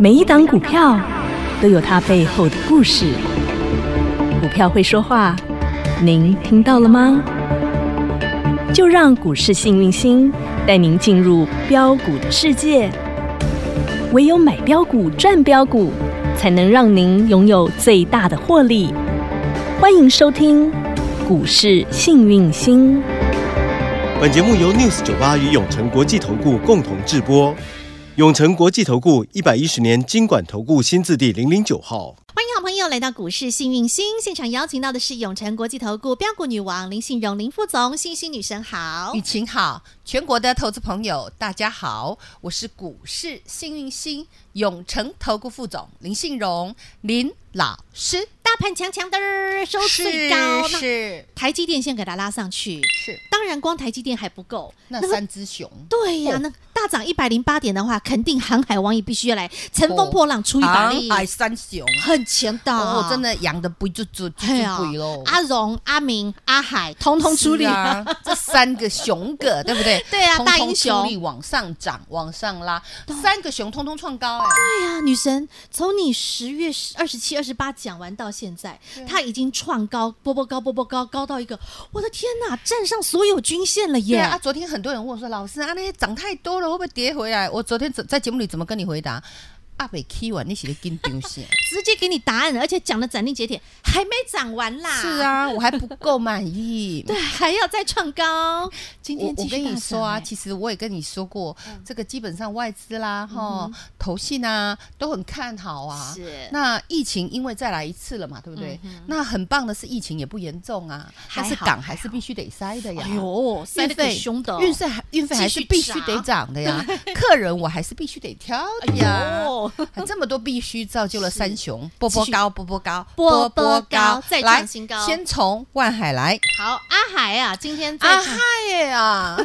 每一档股票都有它背后的故事。股票会说话，您听到了吗？就让股市幸运星带您进入标股的世界。唯有买标股赚标股，才能让您拥有最大的获利。欢迎收听《股市幸运星》。本节目由 News 九八与永诚国际投顾共同制播，永诚国际投顾一百一十年经管投顾新字第零零九号。欢迎好朋友来到股市幸运星现场，邀请到的是永诚国际投顾标股女王林信荣林副总，幸星女神好雨。晴好，全国的投资朋友大家好，我是股市幸运星永诚投顾副总林信荣林老师，大盘强强的儿收最是高，那是台积电先给它拉上去。是当然，光台积电还不够，那么三只熊，对呀、哦那大涨一百零八点的话，肯定航海王也必须要来乘风破浪出一把啊力，哎三熊，很强的、哦真。的养的不就就就啊哎呀就贵喽，，阿荣、阿明、阿海，通通出力是。啊，这三个熊哥对不对？ 对啊通大通英雄出力往上涨，往上拉，三个熊通通创高哎，对呀、女神，从你十月二十七、二十八讲完到现在，她已经创高，波波高，波波高，高到一个，我的天哪，站上所有均线了耶！对啊，啊昨天很多人问我说：“老师啊，那些涨太多了，会不会跌回来？”我昨天怎在节目里怎么跟你回答？阿北 K 完，你写的跟丢线。直接给你答案，而且讲的斩钉截铁，还没涨完啦。是， 啊，我还不够满 意。对，还要再创高。今我天我继续跟你大说涨啊，哎其实我也跟你说过，这个基本上外资啦、哈、投信啊都很看好啊。是那疫情因为再来一次了嘛，对不对？那很棒的是疫情也不严重啊，还但好是港嗯还是必须得塞的呀。哎呦，塞得可凶的哦，运费还运费还是继续必须涨得涨 的呀，客人我还是必须得挑的呀。哦，还这么多必须，造就了三雄，波继波续高，波波高，波波高再创来新高先从万海来，好，阿海啊，今天在、啊嗨 呀，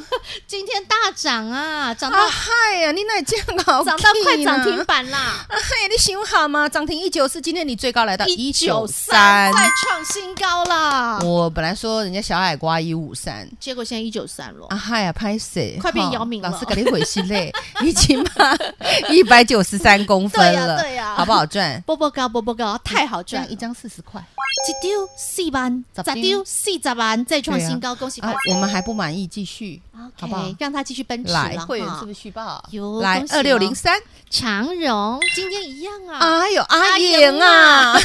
今天大涨啊，涨到、啊嗨呀，你哪这样好？涨到快涨停！板啦，啊嗨，你想好吗？涨停一九四，今天你最高来到一九193三。快创新高啦，我本来说人家小矮瓜一五三，结果现在一九三了啊。嗨呀，拍谁？快变哈姚明了老师给你回心 嘞，你起码一百九十三公分对呀了，对呀好不好赚？波波高，波波高，太好这赚样了！一张四十块。一丢四万，十咋丢四十万，再创新高，恭喜发啊财！！我们还不满意，继续 OK，好不好？让它继续奔驰来，了会员哈是不是续报哟？来恭喜哦二六零三，长荣今天一样啊，哎呦，阿莹莹啊啊，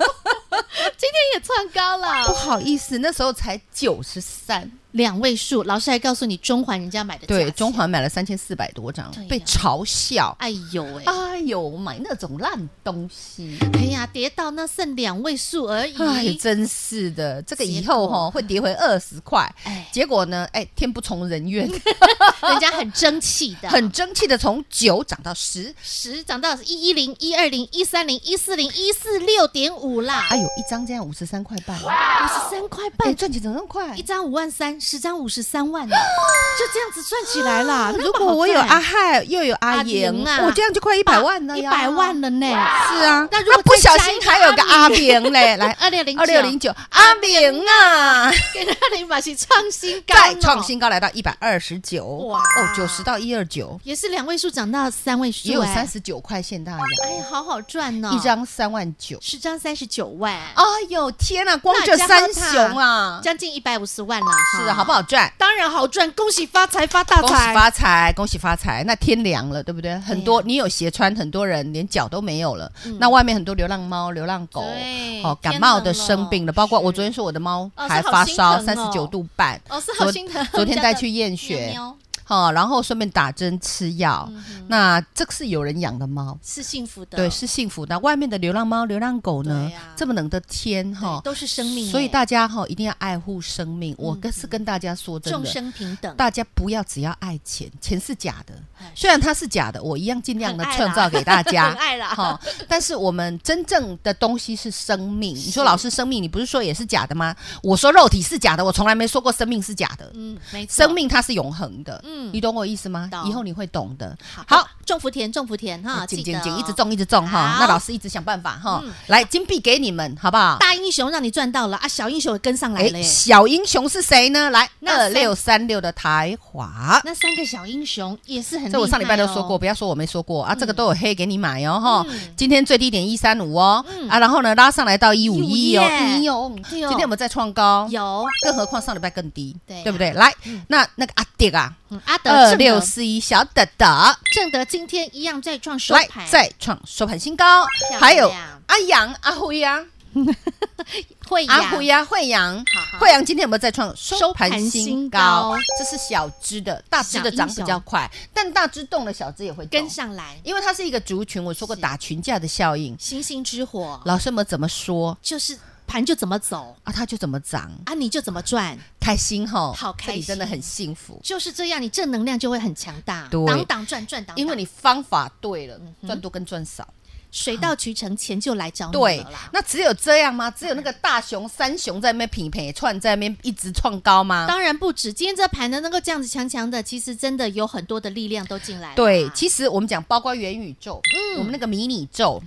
今天也创高不了，好意思，那时候才九十三，两位数。老师还告诉你中环人家买的价对，钱中，环买了三千四百多张对呀，被嘲笑。哎呦喂，哎呦，买那种烂东西，哎呀，跌到那剩两位数而哎，已。真是的，这个以结果后哈会跌回二十块哎。 结果呢，哎，天不从人愿，人家很争气的， 很争气的从九涨到十，十涨到一一零、一二零、一三零、一四零、一四六点五啦，哎呦，一张这样五十三块半，五十三块哎，半，赚钱怎么那么快一？张五万三，十张五十三万呢， 就这样子赚起来啦。啊如果我有阿亥，又有阿阿莹莹啊，我这样就快一百万了一呀！百万了呢，是啊，那如果不再小加一心个还有个阿 阿明嘞，来二六零二六零九阿明啊，给那零把是创新高，再创，新高来到一百二十九，哇哦，九十到一二九，也是两位数涨到三位数，也有哎三，十九块现大哎洋，呀，好好赚呢，一张三万九。十张三十九万，啊哎呦天啊，光这三雄啊，将近一百五十万啦，是啊，好不？好赚？当然好赚， 恭喜发财发大恭喜财，啊发财，恭喜发财！那天凉了，对不对？很多、你有鞋穿，很多人连脚都没有了。那外面很多流浪猫、流浪狗嗯对，哦，天感冒冷的、生病了的，包括是我昨天说我的猫哦是还好发心烧，疼三哦十九度半。老师好昨心疼， 昨我们天家带的去验喵血，喵哦，然后顺便打针吃药。那这个是有人养的猫，是幸福嗯的，对，是幸福的。外面的流浪猫、流浪狗呢对呀，这么冷的天对哈，都是生命耶，嗯所以大家哈一定要爱护生命。我跟是跟大家说真众的，生平等，大家不要只要爱钱，钱是假的哎，虽然它是假的，我一样尽量的很爱啦创造给大 家很。爱啦，好，但是我们真正的东西是生命。你说老师，生命你不是说也是假的吗？我说肉体是假的，我从来没说过生命是假的。嗯，没错，生命它是永恒的，嗯你懂我意思吗懂？以后你会懂的。啊好，种福田，种福田哈，紧记紧得紧，哦一直中一直中哈好。那老师一直想办法哈嗯。来，金币给你们，好不好？大英雄让你赚到了啊，小英雄也跟上来哎了耶。小英雄是谁呢？来，那二三六三六的台华。那三个小英雄也是很厉害、这哦，我上礼拜都说过，，不要说我没说过啊，这个都有黑给你买哦哈嗯。今天最低点一三五哦嗯，啊，然后呢拉上来到一五一151哦，耶一哦，对今哦天有没有再创高？有，更何况上礼拜更低，对啊对不对？来，那那个阿迪啊，嗯阿德二正德六四一小德德，正德今天一样再创收来盘，再创收盘新高漂，亮还有阿阳、阿辉呀、会阿呀，辉呀、啊惠阳啊好好。惠阳今天有没有再创收盘收盘新新高高？这是小只的，大只小的英涨比较雄快，但大只动了，小只也会动跟上来，因为它是一个族群，我说过是打群架的效应。星星之火老师们怎么说就是盘就怎么走啊，它就怎么涨，啊，你就怎么赚，开心吼，好开心这里真的很幸福，就是这样，你正能量就会很强大，对挡挡赚赚挡挡，因为你方法对了，嗯哼赚多跟赚少。水到渠成，钱就来找你对了啦，。那只有这样吗？只有那个大熊、三熊在那边匹配串，在那边一直创高吗？当然不止，今天这盘呢能够这样子强强的，其实真的有很多的力量都进来了啊。对，其实我们讲包括元宇宙，嗯我们那个迷你宙，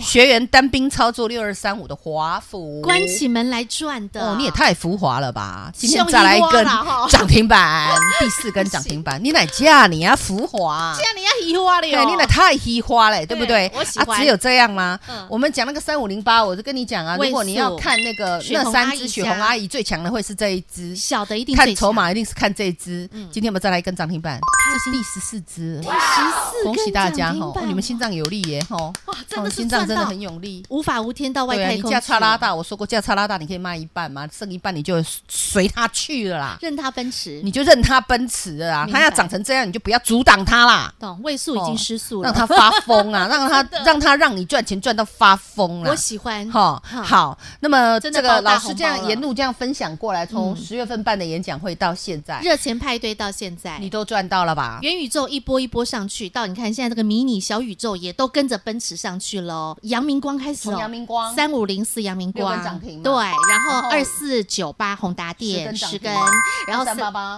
学员单兵操作六二三五的华府，关起门来赚的，哦，你也太浮华了吧！今天凶再来一一窝根啦哈涨停板，第 四根涨停板，你哪嫁你啊，浮华这！样你要哦移花了对，哟，你哪太稀花了，对不对？对我喜啊，欢只有这样吗嗯？我们讲那个三五零八，我就跟你讲啊，位如数果你要看那个雪那红阿三姨只雪红家阿姨最强的会是这一只，小的一定看最筹强嗯码一定是看这一只。今天我们再来一根涨停板，这是第十四只， 14恭喜大家根涨！哈停哦板你们心脏有力耶哈！哦哇真的是心脏赚真的到很有力。无法无天到外对啊，太你空，价差拉，大，我说过价差拉大，你可以卖一半嘛，剩一半你就随他去了啦，任它奔驰你。就任他奔驰了啦。明白他要长成这样，你就不要阻挡他啦，懂位数已经失速了，哦让他发 疯啊，让他让他让你赚钱赚到发疯啦我。喜欢哈哈好，那么真的这个包大老红师包这样了沿路这样分享过来，从嗯十月份办的演讲会到现在，热钱派对到现在你，都赚到了吧？元宇宙一波一波上去，到你看现在这个迷你小宇宙也都跟着奔驰上去喽。阳明光开始从哦，阳明光三五零四阳明六光根涨停嘛对，然然后后二四九八宏达电十十根根涨停，然后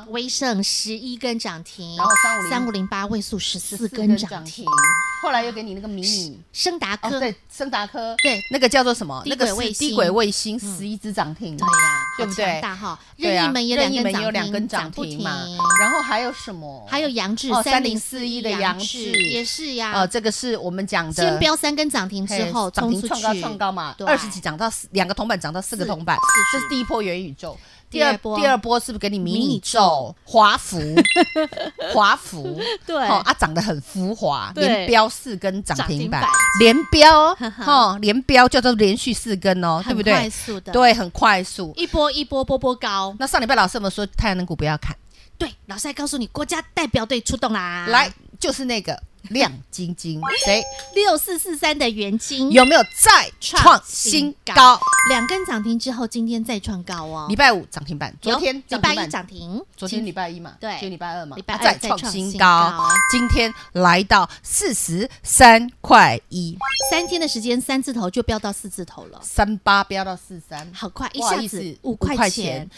1388威盛十一根涨停，然后350三五零八位数十四根涨停，，后来又给你那个迷你。升达科哦，对，森达科，对那个叫做什么？低那轨个是卫星嗯低轨卫星，十一只涨停，对呀，对不对好强大哈，对啊任意门也任意两根门涨也停，有两根涨不停停嘛。然后还有什么？还有杨志哦3041 3041的杨志志也是呀，呃，这个是我们讲的先飙三根涨停之嘿后涨冲停出创高去，创高嘛，对二十几涨到四两个铜板涨到四个四铜板四，这是十第一波元宇宙。第二波第二波是不是给你迷迷你你宙、华 服、华服？对哦啊，涨得很浮华，对连标四根涨停板涨停板，连标哦，连标叫做连续四根哦，对很不对？快速的，，对，很快速。一波一波波波高。那上礼拜老师有没有说太阳能股不要看？对，老师还告诉你，国家代表队出动啦，来，就是那个亮晶 晶，谁六四四三的元金有没有再创新高？，两根涨停之后，今天再创高哦。礼拜五涨停板，昨有天礼涨拜停一板，涨停，昨天礼拜一嘛，对今天礼拜二嘛，礼拜啊二再再创创新新高高，今天来到四十三块一，三天的时间，三字头就飙到四字头了，三八飙到四三，好快，一不好下意思子五五块块钱钱，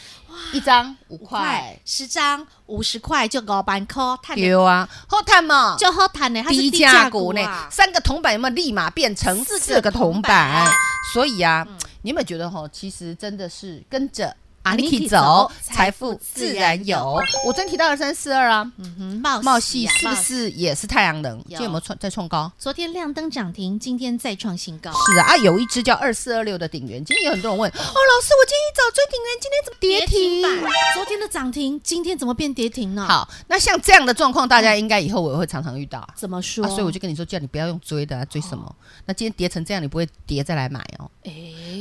一张五五块，十张五十块就五万块，探丢啊，后探嘛，就好谈呢，它是低价价股呢啊，三个铜板有没有立马变成四个四个铜铜板板？所以啊，你有没有觉得哈，其实真的是跟着。阿尼尼基基走走，财财富富自自然然有有。我昨天提到二三四二啊，嗯哼茂茂系系是不？茂是也是太阳能？今天有没有有创再创高？昨天亮灯涨停，今天再创新高，是啊，啊，有一只叫二四二六的鼎元，今天有很多人问，哦，老师，我今天一早追鼎元，今天怎么跌停？板。昨天的涨停，今天怎么变跌停呢？，好，那像这样的状况，大家应该以后我也会常常遇到啊，怎么说？啊所以我就跟你说，叫你不要用追的、啊，追什么？那今天跌成这样，你不会跌再来买哦。哎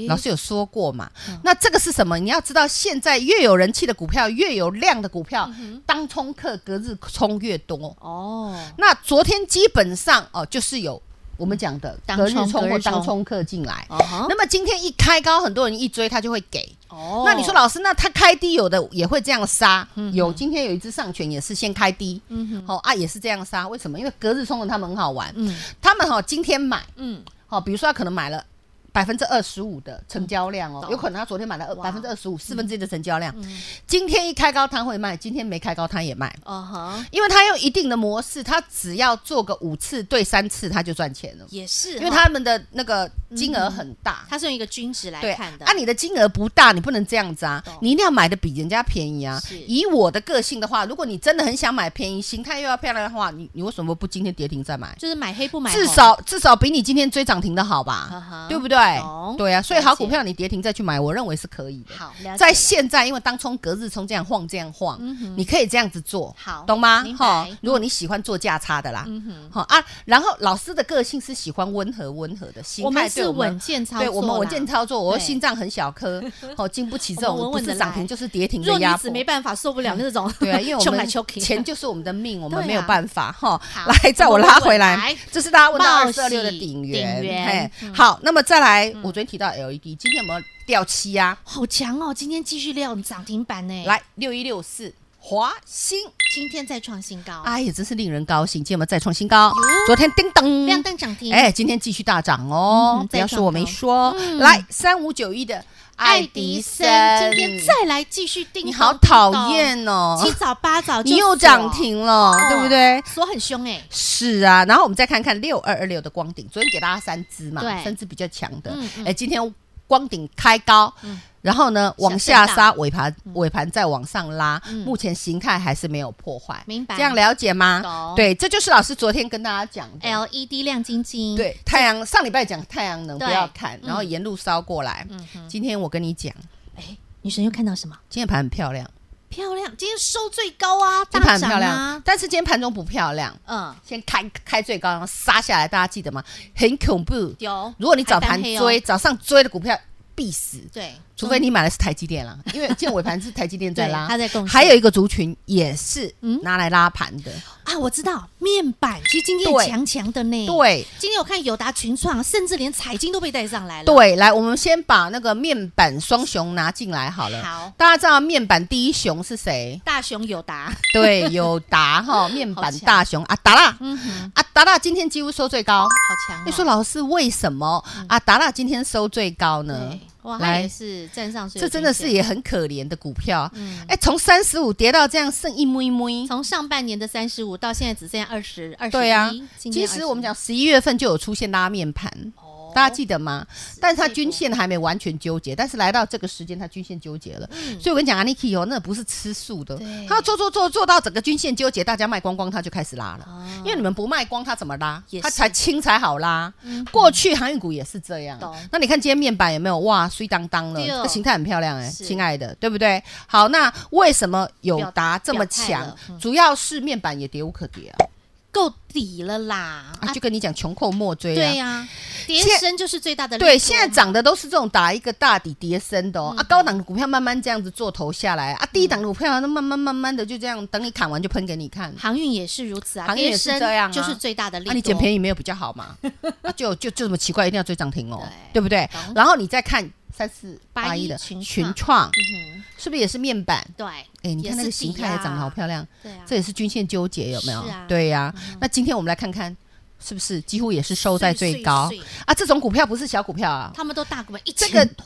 老师有说过嘛？嗯那这个是什么？你要知道，现在越有人气的股票，越有量的股票，嗯当冲客隔日冲越多。哦，那昨天基本上哦，就是有我们讲的嗯当隔日冲冲隔或日冲当冲客进来。哦哈那么今天一开高，很多人一追，他就会给。哦嗯那你说老师，那他开低有的也会这样杀，有今天有一只上权也是先开低，嗯，好啊也是这样杀，为什么？因为隔日冲的他们很好玩，嗯他们哈今天买，嗯好，比如说他可能买了百分之二十五的成交量哦，嗯有可能他昨天买了哇嗯百分之二十五，四分之一的成交量，今天一开高他会卖，今天没开高他也卖。哦哈，因为他用一定的模式，他只要做个五次对三次，他就赚钱了。也是哈，哦因为他们的那个金额很大，它是用一个均值来对，看的，啊，你的金额不大，你不能这样子啊懂，你一定要买的比人家便宜啊是。以我的个性的话，如果你真的很想买便宜，形态又要漂亮的话，你你为什么不今天跌停再买？就是买黑不买红，至少至少比你今天追涨停的好呵吧呵，对不对懂？对啊，所以了解好股票你跌停再去买，我认为是可以的。好了解嗯在现在，因为当冲、隔日冲这样晃这样晃，你可以这样子做，好懂吗明？白哈嗯，如果你喜欢做价差的啦，嗯哼，好啊，然后老师的个性是喜欢温和温和的，形态我们对是稳健操作对啦，我们稳健操作，我对心脏很 小颗，好经不起这我们稳种不稳地是涨停来就是跌停弱的女压子迫。没办法受不了那种，对啊，因 为我穷来们穷去钱就是我们的命，我对们啊没有办法哈。好来，再我拉回我们来稳稳来，这是大家问到冒二喜四二六的鼎元，鼎元嗯好，那么再来，我昨天提到 LED，今天有没有掉漆啊？好强哦！今天继续亮涨停板呢，，来六一六四华兴，今天再创新高，哎呀，真是令人高兴，今天我们再创新高，昨天叮当亮灯涨停，哎，今天继续大涨嗯哦哼！不要再说我创没高嗯说，来三五九一的爱爱迪迪生生，今天再来继续定，你好讨，厌哦，七早八早就哦你又锁涨，停了，对不对？锁很凶哎，是啊，然后我们再看看六二二六的光顶，昨天给大家三只嘛对，三只比较强的嗯嗯，哎，今天光顶开高嗯。然后呢，往小下震荡杀，尾盘尾盘再往上拉，嗯目前形态还是没有破坏，明白这样了解吗懂？对，这就是老师昨天跟大家讲的。 LED 亮晶晶，对，太阳上礼拜讲太阳能不嗯对要看，嗯然后沿路烧过来。今天我跟你讲，哎，女神又看到什么？今天盘很漂亮，漂亮，今天收最高啊，今天大盘很涨漂亮啊，，但是今天盘中不漂亮，嗯，先开开最高，然后杀下来，大家记得吗？很恐怖。有，如果你早哦盘还翻黑追，哦，早上追的股票必死，对，嗯除非你买的是台积电啦，因为今天尾盘是台积电在对拉，它在贡献还有一个族群也是嗯拿来拉盘的，啊，我知道面板其实今天对强强的呢。，对。今天我看友达群创，甚至连彩金都被带上来了。，对，来，我们先把那个面板双雄拿进来好了。好大家知道面板第一雄是谁？大熊友达， 对，友达哈面好板强大熊阿达拉，嗯哼，阿达拉今天几乎收最高。好强、哦。哎你说老师为什么阿达拉今天收最高呢嗯对？，哇，他也来，是站上水，这真的是。也很可怜的股票嗯。哎，从三十五跌到这样剩一摸一摸。从上半年的三十五到现在只剩下二十二十对啊今其天实我们21讲十一月份就有出现拉面盘，哦大家记得吗？但是它均记线还没完全纠结，但是来到这个时间，它均线纠结了。所以我跟你讲，Aniki 哦，那不是吃素的嗯对，它做做做做到整个均线纠结，大家卖光光，它就开始拉了。哦因为你们不卖光，它怎么拉也？它是嗯才轻才好拉。过去航运股也是这样懂。那你看今天面板有没有哇，碎当当了，对哦这个形态很漂亮哎，是亲爱的，对不对？好，那为什么友达这表么态强了嗯？主要是面板也跌无可跌啊。够底了啦，啊，就跟你讲，穷寇莫追对啊。呀、跌现升就是最大的利啊多对，现在涨的都是这种打一个大底跌升的哦，嗯啊，高档的股票慢慢这样子做头下来啊，低档的股票那慢慢慢慢的就这样，等你砍完就喷给你看，航运也是如此啊，航运也跌是升这样啊就是最大的利那、多。你捡便宜没有比较好嘛？ 啊、就就就这么奇怪，一定要追涨停哦，对对不对懂？然后你再看三四八81一的群群创创，嗯是不是也是面板？哼，对，哎，你看那也是个底形态也长得好啊漂亮，对啊，这也是均线纠结有没有是啊？对呀，那今天我们来看看。是不是几乎也是收在最高碎碎碎啊？这种股票不是小股票啊，他们都大股本一这千个多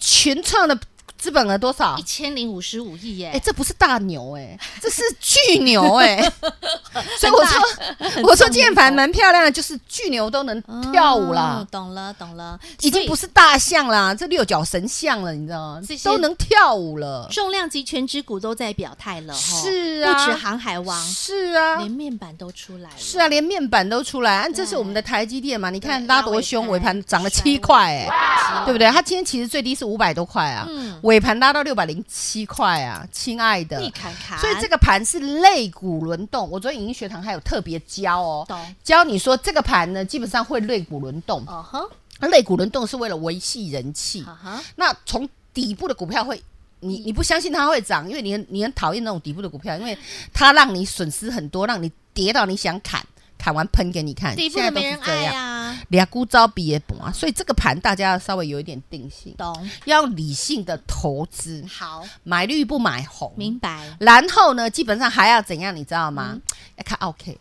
群创的资本额多少一？千零五十五亿耶，哎、这不是大牛哎、这是巨牛哎、 所以我说，我说键盘蛮漂亮的，就是巨牛都能哦跳舞啦，懂了懂了，已经不是是大象啦，这六角神像了，你知道吗这？些都能跳舞了，重量级全指股都在表态了吼，是啊不止航海王，是啊连，面板都出来了，是啊，连面板都出来，啊这是我们的台积电嘛？你看对拉多凶，拉尾尾盘盘涨了甩七尾块哎、啊对不对？它今天其实最低是五百多块啊，嗯尾盘拉到六百零七块啊，亲爱的，你看看，所以这个个盘是肋骨轮动。我昨天影音学堂还有特别教哦懂，教你说这个盘呢，基本上会肋骨轮动。哦哼，肋骨轮动是为了维系人气。啊哈，那从底部的股票会。你嗯你不相信它会涨，因为你很你很讨厌那种底部的股票，因为它让你损失很多，让你跌到你想砍，砍完喷给你看。底部现在的都没是人这爱样，啊，俩股招比也不啊，所以这个盘大家要稍微有一点定性，懂，要理性的投资，好，买绿不买红。明白。嗯然后呢，基本上还要怎样，你知道吗？要看 OK，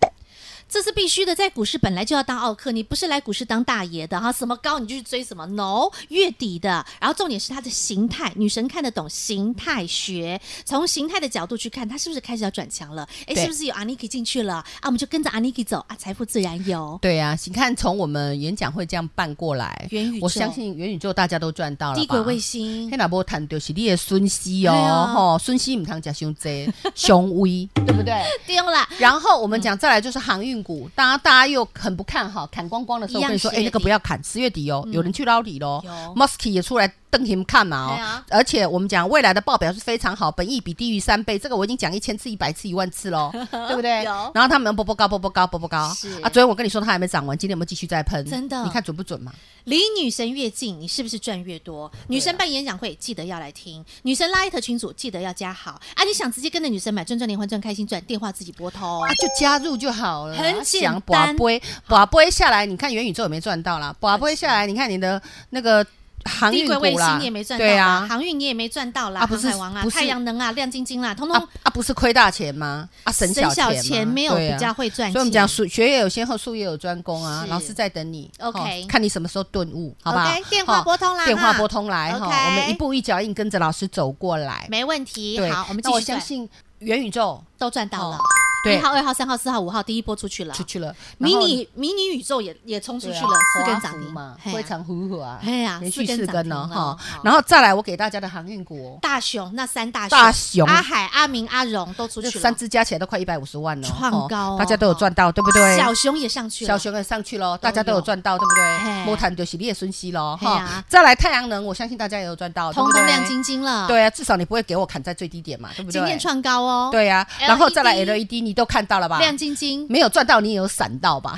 这是必须的，在股市本来就要当奥克，你不是来股市当大爷的哈，什么高你就去追什么，no，月底的。然后重点是它的形态，女神看得懂形态学，从形态的角度去看，它是不是开始要转强了？哎，对是不是有 Aniki 进去了？啊，我们就跟着 Aniki 走啊，财富自然有。对呀、你看从我们演讲会这样办过来，元宇宙我相信元宇宙大家都赚到了吧。低轨卫星天哪，波谈就是你的孙息对哦啊，吼、孙息唔通食伤济，雄威，对不对？丢了，然后嗯我们讲再来就是航运股，大家大家又很不看好，砍光光的时候，一我样跟你说， 10哎，那个月底不要砍，十月底哦，有人去捞底喽有 m o s k y 也出来瞪你们看嘛对啊哦，而且我们讲未来的报表是非常好，本益比低于三倍，这个我已经讲一千次、一百次、一万次 喽，对不对？有然后他们波波高、波波高、波波高啊是！昨天我跟你说它还没涨完，今天有没有继续再喷？真的你看准不准嘛？离女神越近，你是不是赚越多？女啊神办演讲会，记得要来听；女神拉一头群组，记得要加好啊！你想直接跟着女神买赚赚连环赚开心赚，电话自己拨通啊，。就加入就好了，很简想单拔杯，拔杯下来，你看元宇宙也没赚到啦，拔杯下来，你看你的那个航低运轨卫股啦，星你也没赚到啦，对啊，航运你也没赚到啦，啊不是航海王啊，不是太阳能啊，亮晶晶啦，通通啊啊，不是亏大钱吗？啊，省省小小钱钱吗没有对啊比较会赚钱。所以我们讲术学业有先后，术业有专攻啊。是老师在等你 OK 哦看你什么时候顿悟，好不好 OK，电话哦拨通啦电哈话拨通来哈， OK 我们一步一脚印跟着老师走过来。没问题。对，好，我们继那我续相赚，信元宇宙都赚到了哦。对一号、二号、三号、四号、五号，第一波出去了出。去了，迷然后你迷你宇宙也也冲出对去啊了，四根华涨孚停嘛，嘿啊非常呼呼啊，嘿啊连续四根四涨根呢停了哈好。然后再来，我给大家的航运股，大熊那三大大熊阿海、阿明、阿荣都出这去了，三只加起来都快一百五十万了，创高哦大家都有赚到，对不对？小熊也上去了，小熊也上去喽，都大家都有有赚到，对不嘿对？摩谈就是你的孙息喽，嘿啊哈。再来太阳能，我相信大家也有赚到，对通不通对亮晶晶了，，对啊，至少你不会给我砍在最低点嘛，对不对？今天创高哦，，对啊，然后再来 LED LED，你都看到了吧？亮晶 哦晶，没有赚到，你也有闪到吧？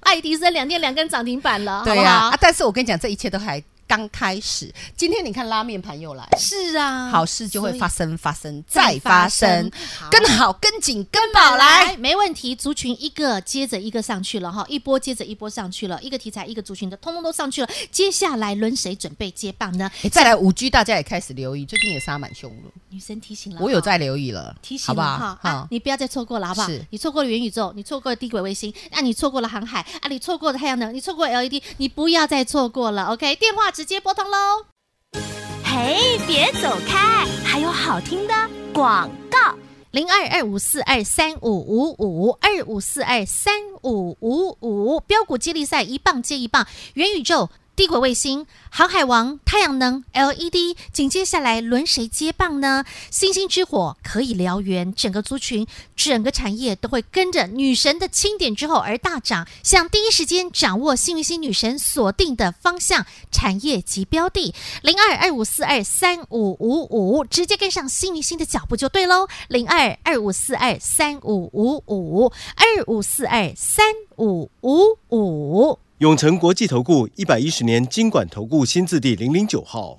爱迪生两天两根涨停板了，对呀啊，啊，但是我跟你讲，这一切都还刚开始。今天你看拉面盘又来了，是啊，好事就会发生，生，发生再再发发生生好，跟好跟紧跟宝来。，没问题，族群一个接着一个上去了哈，一波接着一波上去了，一个题材一个族群的通通都上去了，接下来轮谁准备接棒呢？诶再来五 G，大家也开始留意，最近也杀满凶了，哦女生提醒了，我有。在留意了，提醒好你不哈好？，啊好，，你不要再错过了，好不好是？你错过了元宇宙，你错过了低轨卫星，啊，你错过了航海，啊，你错过了太阳能，你错过了 LED，你不要再错过了，OK？电话直接拨通喽。嘿，别走开，还有好听的广告。零二二五四二三五五五二五四二三五五五，标股接力赛一棒接一棒，元宇宙、低轨卫星、航海王、太阳能、LED，紧接下来轮谁接棒呢？星星之火可以燎原，整个族群、整个产业都会跟着女神的钦点之后而大涨。想第一时间掌握幸运星女神锁定的方向、产业及标的，零二二五四二三五五五，直接跟上幸运星的脚步就对喽。零二二五四二三五五五二五四二三五五五。永诚国际投顾一百一十年金管投顾新字第零零九号。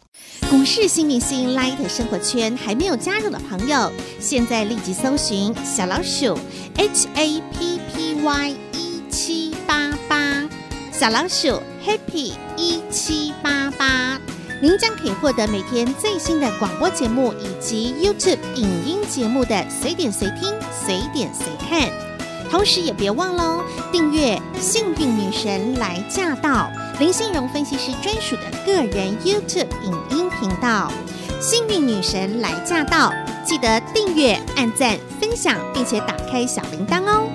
股市新明星 Light 生活圈还没有加入的朋友，现在立即搜寻小老鼠 HAPPY 一 E 七八八，小老鼠 Happy 一七八八，您将可以获得每天最新的广播节目以及 YouTube 影音节目的随点随听、随点随看。同时也别忘喽，订阅《幸运女神来驾到》林信荣分析师专属的个人 YouTube 影音频道《幸运女神来驾到》，记得订阅、按赞、分享，并且打开小铃铛哦。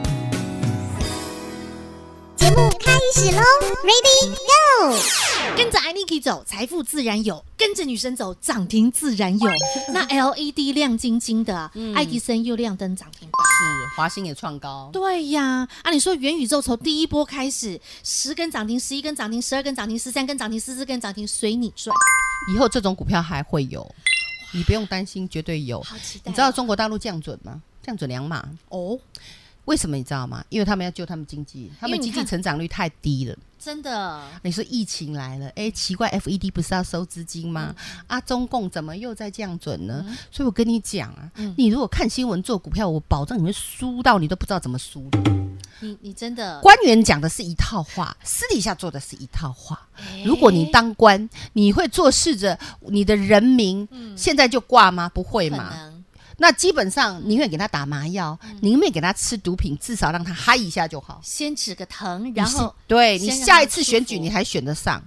节目开始喽，Ready Go！跟着 Aniki 走，财富自然有；跟着女神走，涨停自然有。那 LED 亮晶晶的，嗯爱迪生又亮灯涨停板。是华兴也创高，对呀，啊，你说元宇宙从第一波开始，十根涨停，十一根涨停，十二根涨停，十三根涨停，十四根涨停，随你赚，以后这种股票还会有，你不用担心，绝对有。好期待哦！你知道中国大陆降准吗？降准两码，哦，为什么你知道吗？因为他们要救他们经济，他因为们你经济看成长率太低了。真的你说疫情来了，哎，奇怪，FED 不是要收资金吗？嗯啊，中共怎么又在降准呢？所以我跟你讲啊，嗯你如果看新闻做股票，我保证你会输到你都不知道怎么输嗯的。你你真的官员讲的是一套话，私底下做的是一套话。如果你当官，你会做事着你的人民，现在就挂吗？不会嗯哎可嘛？能嗯那基本上宁愿给他打麻药，宁愿给他吃毒品，至少让他嗨一下就好。先止个疼，然你是后哎对你先让下他一次舒选举服你还选得上，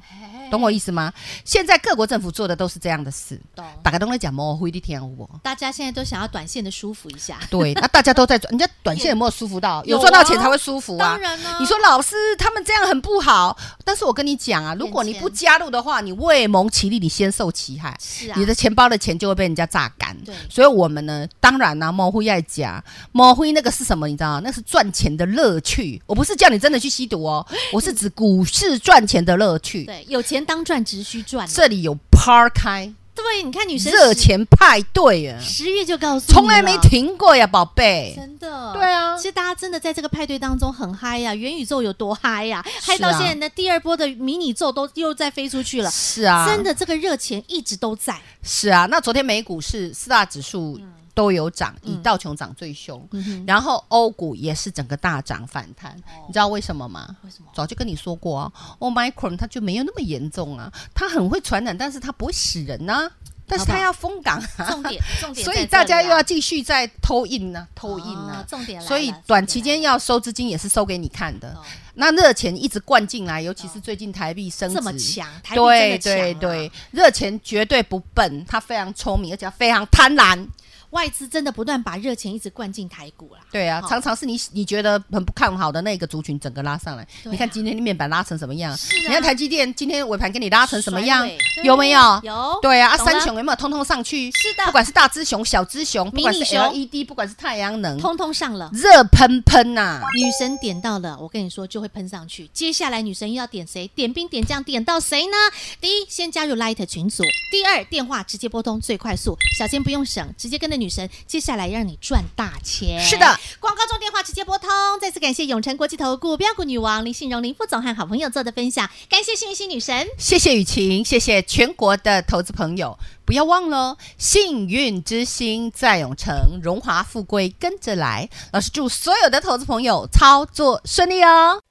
懂我意思吗？现在各国政府做的都是这样的事，懂。大家都在讲模糊一听有无？大家现在都想要短线的舒服一下，对，那大家都在赚，人家短线有没有舒服到？有有啊赚到钱才会舒服啊当！然呢、你说老师他们这样很不好，但是我跟你讲啊，如果你钱不加入的话，你未蒙其利，你先受其害。是啊，你的钱包的钱就会被人家榨干对，所以我们呢，当然呢、啊，模糊要讲，模糊那个是什么？你知道吗？那是赚钱的乐趣。我不是叫你真的去吸 毒哦，我是指股市赚钱的乐趣。对有钱当赚，只需赚。这里有趴开，对，你看女生热十钱派对啊，十月就告诉你了从来没，停过呀，宝贝。真的。对啊其实大家真的在这个派对当中很嗨呀、元宇宙有多嗨呀、嗨到是啊现在呢，第二波的迷你宙都又再飞出去了。是啊，真的，这个热钱一直都 在。是啊，那昨天美股是四大指数嗯都有涨，以道琼涨最凶，然后欧股也是整个大涨反弹，你知道为什么吗？哦为什么？早就跟你说过啊，Omicron 它就没有那么严重啊，它很会传染，但是它不会死人呐、但好是它不好要封港啊，重点，重点在这里啊、所以大家又要继续再偷印呐、偷印啊呐、重点来了。所以重点短期来间要收资金也是收给你看的哦，那热钱一直灌进来，尤其是最近台币升了值这么强，台币真的对强对啊对，热钱绝对不笨，他非常聪明，而且他非常贪婪。外资真的不断把热钱一直灌进台股啦。对啊，好常常是你你觉得很不看好的那个族群，整个拉上来。对啊你看今天的面板拉成什么样？是啊你看台积电今天尾盘给你拉成什么样甩尾？对有没有？嗯有啊对啊，啊懂了三雄有没有通通上去？是的不管是大只熊、小只熊，不管迷是你熊 LED，不管是太阳能，通通上了。热喷喷啊呐！女神点到了，我跟你说就会喷上去。接下来女神要点谁？点兵点将点到谁呢？第一，先加入 Light 群组；第二，电话直接拨通最快速，小钱不用省，直接跟着女神，接下来让你赚大钱。是的，广告中电话直接拨通。再次感谢永诚国际投顾标股女王林信荣林副总和好朋友做的分享，感谢幸运星女神。谢谢雨晴，谢谢全国的投资朋友，不要忘了哦，幸运之星在永城，荣华富贵跟着来。老师祝所有的投资朋友操作顺利哦。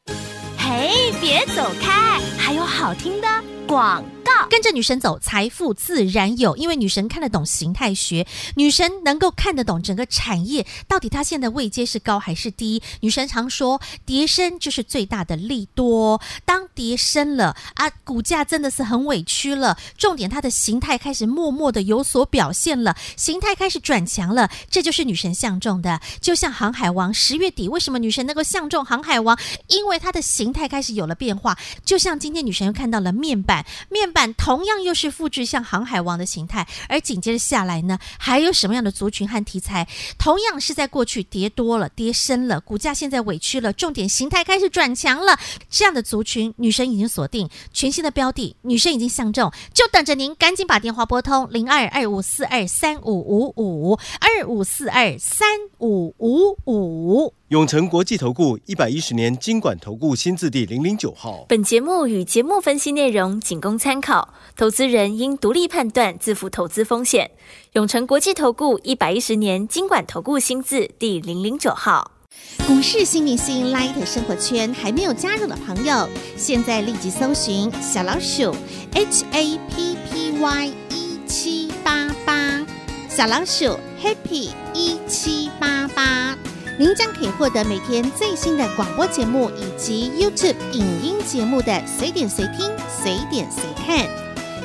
嘿，别走开，还有好听的广告。跟着女神走，财富自然有。因为女神看得懂形态学，女神能够看得懂整个产业到底它现在位阶是高还是低。女神常说，跌升就是最大的利多。当跌升了啊，股价真的是很委屈了。重点它的形态开始默默的有所表现了，形态开始转强了，这就是女神相中的。就像航海王十月底，为什么女神能够相中航海王？因为它的形态开始有了变化。就像今天女神又看到了面板，面板同样又是复制像航海王的形态，而紧接着下来呢，还有什么样的族群和题材，同样是在过去跌多了、跌深了，股价现在委屈了，重点形态开始转强了，这样的族群，女神已经锁定全新的标的，女神已经相中，就等着您赶紧把电话拨通零二二五四二三五五五二五四二三五五五。永诚国际投顾一百一十年金管投顾新字第零零九号。本节目与节目分析内容仅供参考，投资人应独立判断，自负投资风险。永诚国际投顾一百一十年经管投顾新字第零零九号。股市新明星 Light 生活圈还没有加入的朋友，现在立即搜寻小老鼠 HAPPY 一 E 七八八，小老鼠 Happy 一七八八，您将可以获得每天最新的广播节目以及 YouTube 影音节目的随点随听、随点随看。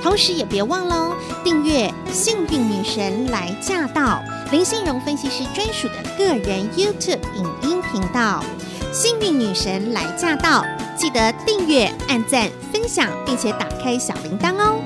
同时也别忘了哦订阅《幸运女神来驾到》林信荣分析师专属的个人 YouTube 影音频道《幸运女神来驾到》，记得订阅、按赞、分享，并且打开小铃铛哦。